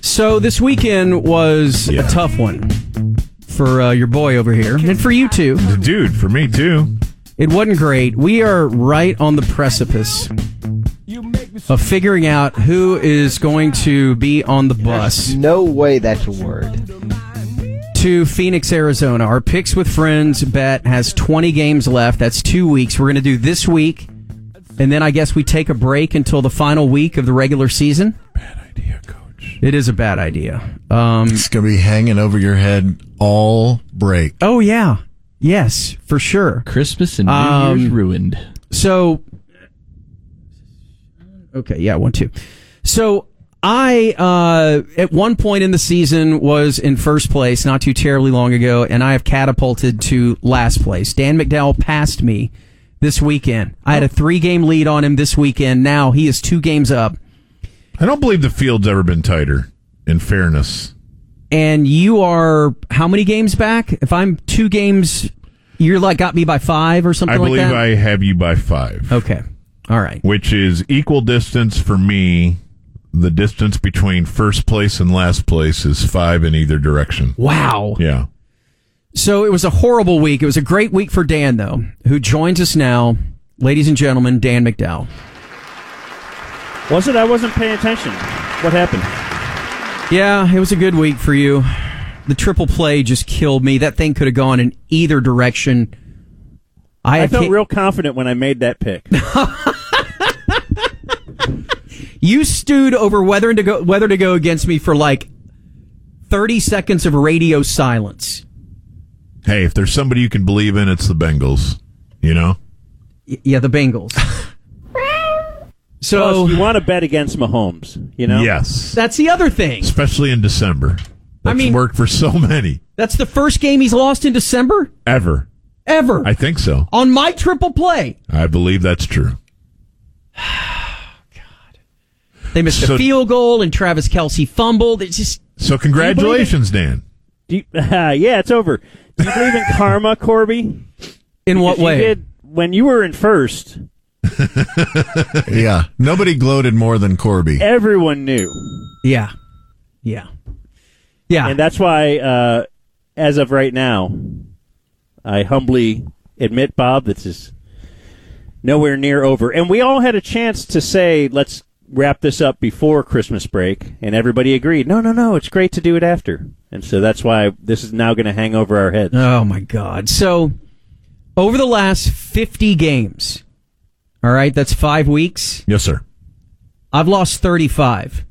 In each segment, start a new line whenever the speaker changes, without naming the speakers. So this weekend was a tough one for uh, your boy over here, and for you too.
Dude, for me too.
It wasn't great. We are right on the precipice of figuring out who is going to be on the bus
No way that's a word.
to Phoenix, Arizona. Our Picks with Friends bet has 20 games left. That's two weeks. We're going to do this week, and then I guess we take a break until the final week of the regular season.
Bad idea, coach.
It is a bad idea. Um,
It's going to be hanging over your head all break.
oh, yeah. Yes, for sure.
Christmas and New
Um,
Year's ruined.
So, okay, yeah, one, two. So, I uh, at one point in the season was in first place not too terribly long ago, and I have catapulted to last place. Dan McDowell passed me this weekend. I had a three game lead on him this weekend. Now he is two games up,
I don't believe the field's ever been tighter, in fairness.
and you are how many games back? If I'm two games, you're like got me by five or something
I believe
like that.
I have you by five.
okay, all right.
Which is equal distance for me. The distance between first place and last place is five in either direction.
Wow.
Yeah.
So it was a horrible week. It was a great week for Dan, though, who joins us now. Ladies and gentlemen, Dan McDowell.
Was it? I wasn't paying attention. What happened?
Yeah, it was a good week for you. The triple play just killed me. That thing could have gone in either direction.
I felt
can't-
real confident when I made that pick.
You stewed over whether to go whether to go against me for like thirty seconds of radio silence.
Hey, if there's somebody you can believe in, it's the Bengals. You know?
Y- yeah, the Bengals. so
Plus, you want to bet against Mahomes, you know?
Yes.
that's the other thing.
Especially in December. That's
mean-
worked for so many.
That's the first game he's lost in December
Ever.
ever
I think so.
on my triple play.
I believe that's true.
They missed
So-
a field goal, and Travis Kelsey fumbled. It's just
So congratulations, Dan.
Do you- yeah, it's over. Do you believe in karma, Corby?
in what
You
way?
did when you were in first.
Yeah. Nobody gloated more than Corby.
Everyone knew,
Yeah, yeah, yeah.
and that's why, uh, as of right now, I humbly admit, Bob, this is nowhere near over. And we all had a chance to say, let's wrap this up before Christmas break, and everybody agreed. No, no, no, it's great to do it after. And so that's why this is now going to hang over our heads.
oh my God! So over the last fifty games, all right, that's five weeks.
Yes, sir.
I've lost thirty-five.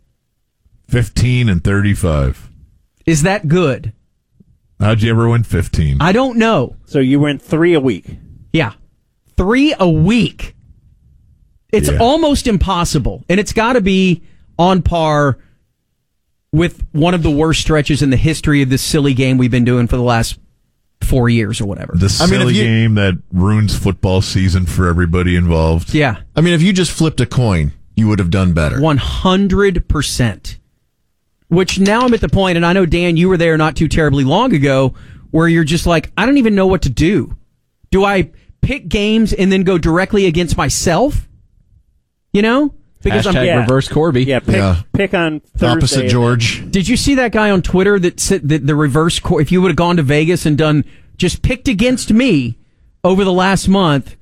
15 and 35.
Is that good?
How'd you ever win 15?
I don't know.
So you win three a week.
Yeah, three a week. It's
Yeah.
almost impossible, and it's got to be on par with one of the worst stretches in the history of this silly game we've been doing for the last four years or whatever.
the
I
silly
mean, if you-
game that ruins football season for everybody involved.
yeah,
I mean, if you just flipped a coin, you would have done better.
one hundred percent. Which now I'm at the point, and I know Dan, you were there not too terribly long ago, where you're just like, I don't even know what to do. Do I pick games and then go directly against myself? You know,
Hashtag
Yeah.
reverse Corby.
Yeah, pick,
Yeah.
pick on Thursday.
Opposite George.
Did you see that guy on Twitter that said that the reverse? Cor- if you would have gone to Vegas and done just picked against me over the last month,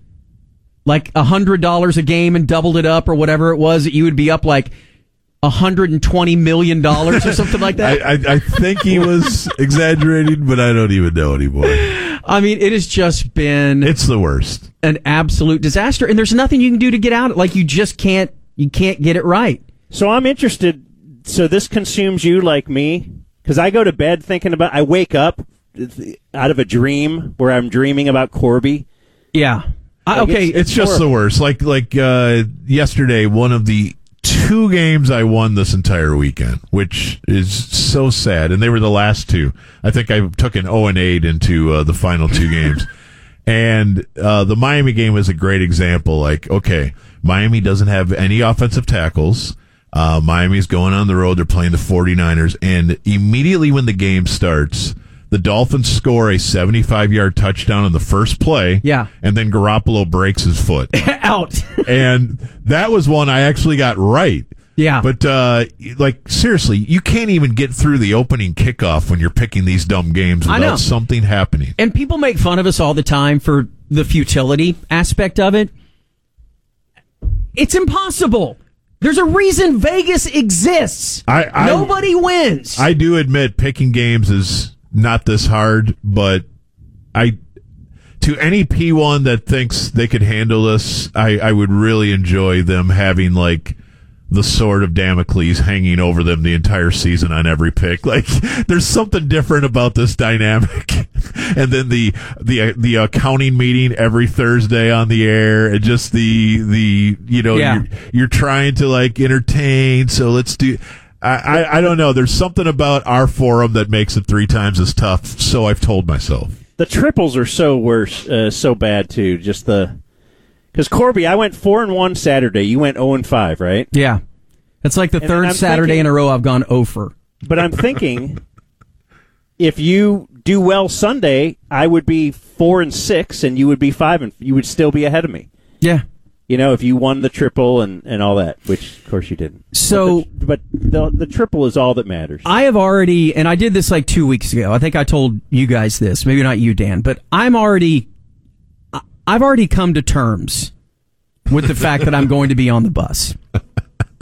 like a hundred dollars a game and doubled it up or whatever it was, that you would be up like a hundred and twenty million dollars or something like
I,
that.
I, I think he was exaggerating, but I don't even know anymore.
I mean, it has just been
It's the worst.
an absolute disaster, and there's nothing you can do to get out. Like you just can't, you can't get it right.
So I'm interested. So this consumes you like me because I go to bed thinking about. I wake up out of a dream where I'm dreaming about Corby.
Yeah. I,
Like,
okay.
it's-
It's just the worst. Like like uh, yesterday, one of the two games I won this entire weekend, which is so sad. And they were the last two. I think I took an zero and eight into uh, the final two games. And uh, the Miami game is a great example. Like, okay, Miami doesn't have any offensive tackles. Uh, Miami's going on the road. They're playing the 49ers. And immediately when the game starts, the Dolphins score a 75 yard touchdown on the first play.
Yeah.
And then Garoppolo breaks his foot.
out.
and that was one I actually got right.
Yeah.
But uh, like seriously, you can't even get through the opening kickoff when you're picking these dumb games
I know.
without something happening.
And people make fun of us all the time for the futility aspect of it. It's impossible. There's a reason Vegas exists.
I- I-
Nobody wins.
I do admit picking games is not this hard, but I to any P1 that thinks they could handle this, I, I would really enjoy them having like the sword of Damocles hanging over them the entire season on every pick. Like there's something different about this dynamic. and then the the uh, the accounting meeting every Thursday on the air and just the the you know
Yeah.
you're, you're trying to like entertain, so let's do I, I, I don't know. There's something about our forum that makes it three times as tough, so I've told myself.
The triples are so worse, uh, so bad too. Just the because Corby, I went four and one Saturday. You went zero and five, right?
yeah. It's like the
And
third
I'm
Saturday
thinking-
in a row I've gone over.
But I'm thinking if you do well Sunday, I would be four and six, and you would be five, and you would still be ahead of me.
Yeah.
You know, if you won the triple and, and all that, which of course you didn't.
So-
but the, but the, the triple is all that matters.
I have already, and I did this like two weeks ago. I think I told you guys this, maybe not you, Dan, but I'm already, I- I've already come to terms with the fact that I'm going to be on the bus.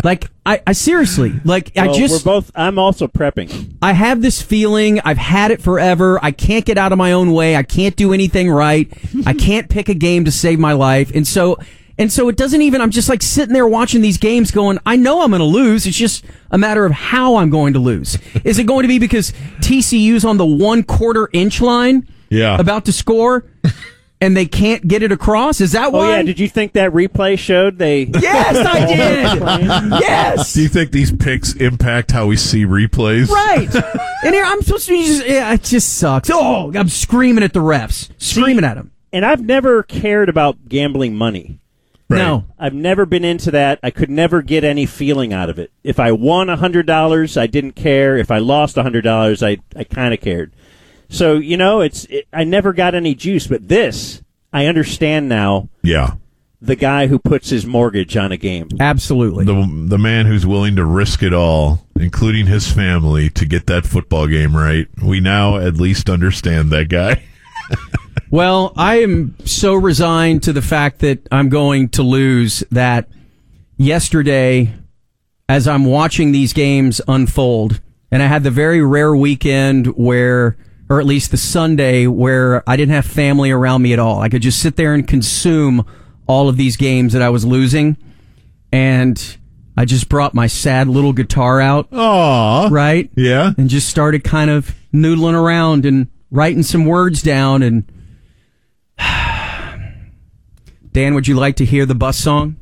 Like I, I seriously, like I
Well,
just,
we're both. I'm also prepping.
I have this feeling. I've had it forever. I can't get out of my own way. I can't do anything right. I can't pick a game to save my life. And so, and so it doesn't even, I'm just like sitting there watching these games going, I know I'm going to lose. It's just a matter of how I'm going to lose. Is it going to be because TCU's on the one quarter inch line?
Yeah.
About to score and they can't get it across? Is that
Oh
why?
yeah, did you think that replay showed they?
yes, I did. yes.
Do you think these picks impact how we see replays?
Right. and here I'm supposed to be just yeah, it just sucks. Oh, I'm screaming at the refs. Screaming at them.
And I've never cared about gambling money.
No.
I've never been into that. I could never get any feeling out of it. If I won $100, I didn't care. If I lost $100, I, I kind of cared. So, you know, it's it, I never got any juice, but this, I understand now
Yeah.
the guy who puts his mortgage on a game.
Absolutely.
The the man who's willing to risk it all, including his family, to get that football game right. We now at least understand that guy.
Well, I am so resigned to the fact that I'm going to lose that yesterday as I'm watching these games unfold and I had the very rare weekend where or at least the Sunday where I didn't have family around me at all. I could just sit there and consume all of these games that I was losing and I just brought my sad little guitar out,
Aw.
right?
Yeah.
and just started kind of noodling around and writing some words down and Dan, would you like to hear the bus song?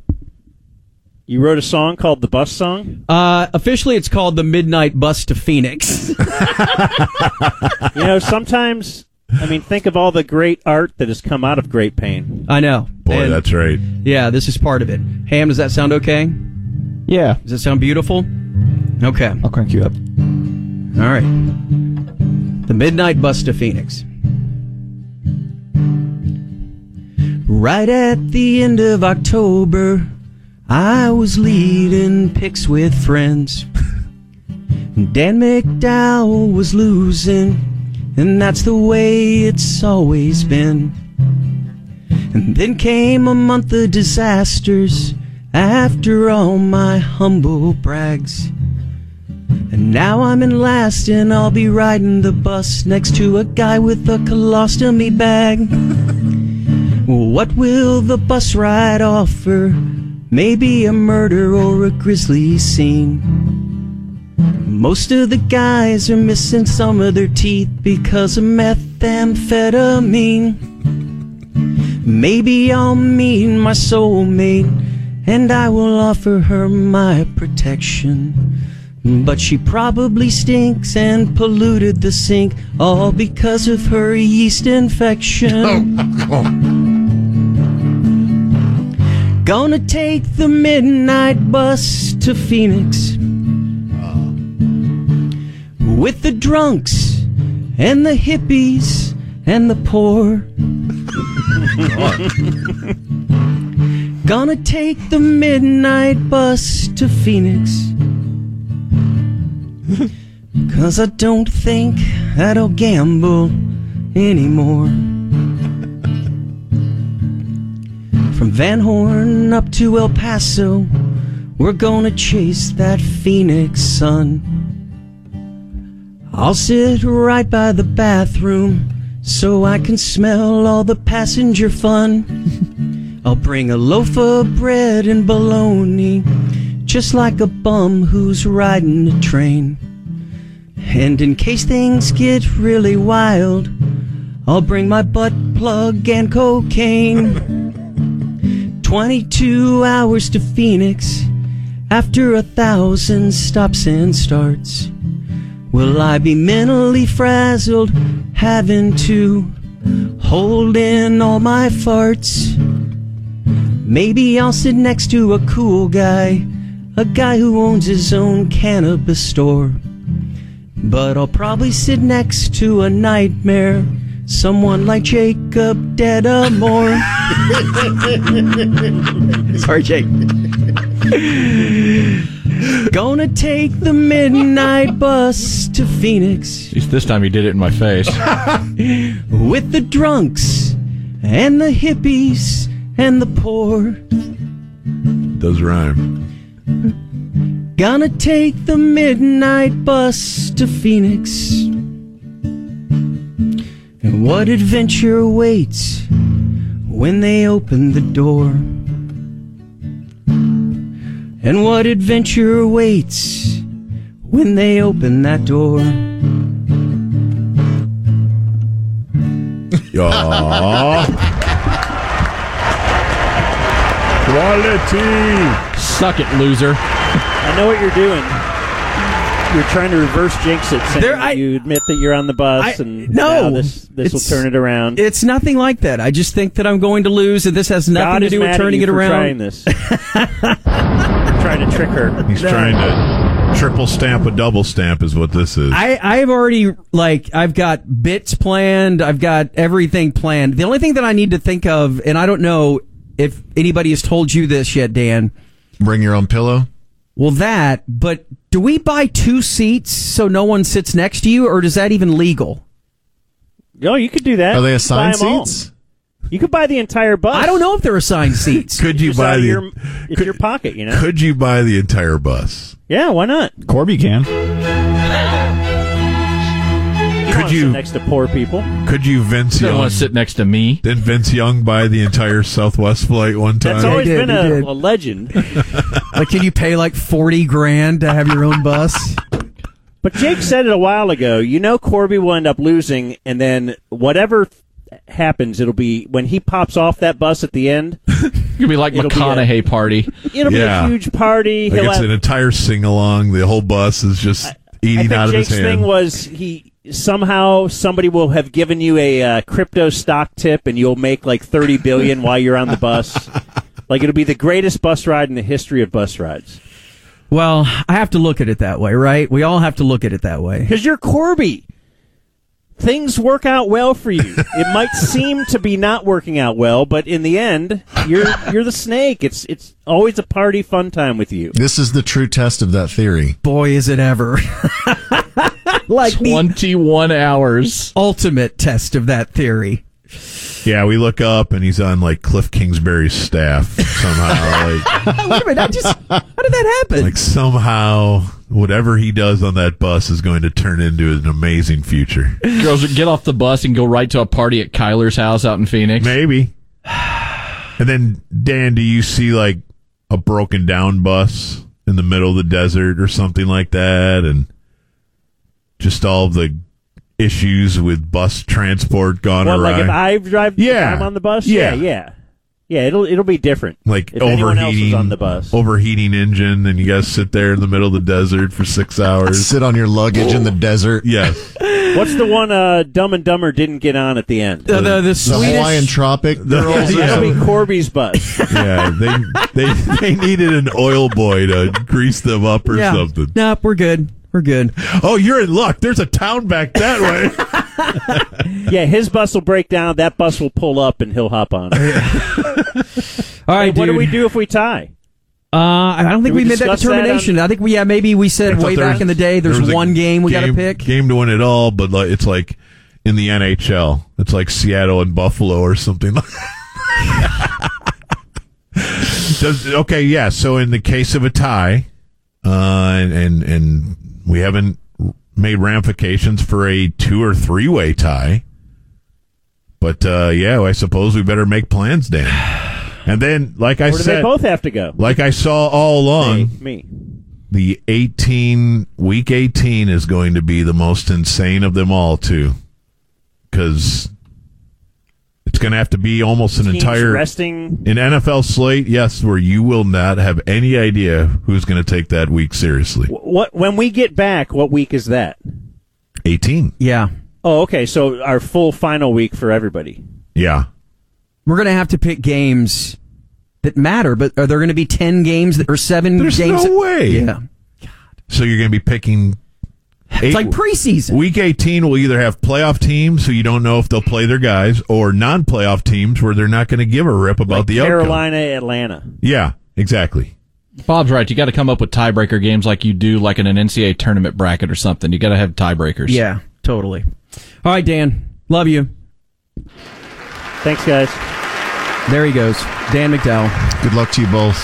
You wrote a song called The Bus Song?
Uh, officially, it's called the Midnight Bus to Phoenix.
You know, sometimes, I mean, think of all the great art that has come out of great pain.
I know.
Boy,
And,
that's right.
yeah. This is part of it. Ham, does that sound okay?
Yeah.
Does that sound beautiful? Okay. All
I'll crank you up.
right. The Midnight Bus to Phoenix. Right at the end of October, I was leading picks with friends. Dan McDowell was losing, and that's the way it's always been. And then came a month of disasters after all my humble brags. And now I'm in last, and I'll be riding the bus next to a guy with a colostomy bag. What will the bus ride offer? Maybe a murder or a grisly scene. Most of the guys are missing some of their teeth because of methamphetamine. Maybe I'll meet my soulmate and I will offer her my protection. But she probably stinks and polluted the sink all because of her yeast infection. Gonna take the midnight bus to Phoenix with the drunks and the hippies and the poor. Gonna take the midnight bus to Phoenix. Cause I don't think that I'll gamble anymore. From Van Horn up to El Paso, we're gonna chase that Phoenix sun. I'll sit right by the bathroom so I can smell all the passenger fun. I'll bring a loaf of bread and bologna, just like a bum who's riding a train. And in case things get really wild, I'll bring my butt plug and cocaine. 22 hours to Phoenix after a thousand stops and starts. Will I be mentally frazzled having to hold in all my farts? Maybe I'll sit next to a cool guy, a guy who owns his own cannabis store. But I'll probably sit next to a nightmare, someone like Jacob Dedamore. Sorry, Jake. Gonna take the midnight bus to Phoenix
At least this time he did it in my face.
with the drunks and the hippies and the poor.
Does rhyme.
Gonna take the midnight bus to Phoenix. And what adventure awaits when they open the door? And what adventure awaits when they open that door?
Aw. Quality.
Suck it, loser.
I know what you're doing. You're trying to reverse jinx it, saying
There-
that
I-
you admit that you're on the bus,
I-
and
no.
now this this will
It's-
turn it around.
It's nothing like that. I just think that I'm going to lose, and this has nothing
God
to
is
do
mad
with
at
turning it
you for
around.
Trying this, trying to trick her.
He's trying to triple stamp a double stamp is what this is.
I, I've already like I've got bits planned. I've got everything planned. The only thing that I need to think of, and I don't know if anybody has told you this yet, Dan.
Bring your own pillow.
Well, that. But do we buy two seats so no one sits next to you, or is that even legal?
No, Oh, you could do that.
Are they
You could buy
assigned
'em all.
seats?
You could buy the entire bus.
I don't know if they're assigned seats.
could you
Just out
buy
of
the
your, it's
could-
your pocket, you know.
Could you buy the entire bus?
yeah, why not? You
Corby can.
don't
Could
wanna sit
you-
next to poor people?
Could you Vince
Doesn't
Young?
want to sit next to me.
Didn't Vince Young buy the entire Southwest flight one time?
That's always
did,
been
he
a,
did.
a legend.
like, can you pay like forty grand to have your own bus?
But Jake said it a while ago. You know, Corby will end up losing, and then whatever happens, it'll be when he pops off that bus at the end.
You'll be like
It'll be
McConaughey party.
It'll
Yeah.
be a huge party.
Like
He'll
it's
have-
an entire sing along. The whole bus is just
I
eating
think
out of
Jake's
his hand.
thing was he somehow somebody will have given you a uh, crypto stock tip, and you'll make like thirty billion while you're on the bus. Like it'll be the greatest bus ride in the history of bus rides
Well, I have to look at it that way, right? We all have to look at it that way.
because you're Corby. Things work out well for you. It might seem to be not working out well, but in the end, you're you're the snake. It's it's always a party fun time with you.
This is the true test of that theory.
Boy, is it ever! like the
21 hours.
ultimate test of that theory.
Yeah, we look up and he's on like Cliff Kingsbury's staff somehow. like,
Wait a minute, I just how did that happen?
like somehow whatever he does on that bus is going to turn into an amazing future.
Girls, get off the bus and go right to a party at Kyler's house out in Phoenix.
Maybe. And then Dan, do you see like a broken down bus in the middle of the desert or something like that and just all the issues with bus transport gone
Well,
awry?
like if I drive, if
Yeah.
I'm on the bus.
Yeah.
yeah, yeah, yeah. It'll it'll be different.
like
if anyone else
overheating
is on the bus.
overheating engine and you guys sit there in the middle of the desert for six hours
Sit on your luggage in the desert.
yes
What's the one uh, Dumb and Dumber didn't get on at the end?
the, the, the
The Hawaiian
Swedish
Tropic.
girls-
That'll
Oh, yeah,
be Corby's bus.
yeah, they, they they needed an oil boy to grease them up or
yeah.
something
Nope, we're good. We're good.
oh you're in luck there's a town back that way
yeah, his bus will break down. That bus will pull up, and he'll hop on. it.
All right,
Hey,
dude.
what do we do if we tie?
Uh, I don't think
Did we
we, made that
discuss that
determination. I think we yeah maybe we
I
said
thought
way
there-
back in the day
there
there's
was a
one game we got to
game-
pick.
Game to win it all, but like, it's like in the NHL, it's like Seattle and Buffalo or something. like Does, okay, yeah. So in the case of a tie, uh, and, and and we haven't made ramifications for a two or three way tie, but uh, yeah, I suppose we better make plans, Dan. And then, like I
Or do they
said,
both have to go?
like I saw all along,
Me. me.
the 18 week 18 is going to be the most insane of them all too because it's going to have to be almost an
Teams
entire
resting.
an nfl slate yes where you will not have any idea who's going to take that week seriously
Wh- What when we get back? What week is that?
18
Yeah,
Oh, okay. So our full final week for everybody.
yeah
we're gonna have to pick games that matter. But are there gonna be ten games that, or seven
There's
games?
no
that-
way.
Yeah,
so you're going to be picking eight,
it's like preseason.
Week 18 will either have playoff teams who you don't know if they'll play their guys or non playoff teams where they're not going to give a rip about
Like
the outcome.
Carolina, Atlanta.
Yeah, exactly.
Bob's right. You got to come up with tiebreaker games like you do, like in an NCAA tournament bracket or something. You got to have tiebreakers.
yeah, totally. All right, Dan, love you.
Thanks, guys.
There he goes, Dan McDowell.
Good luck to you both.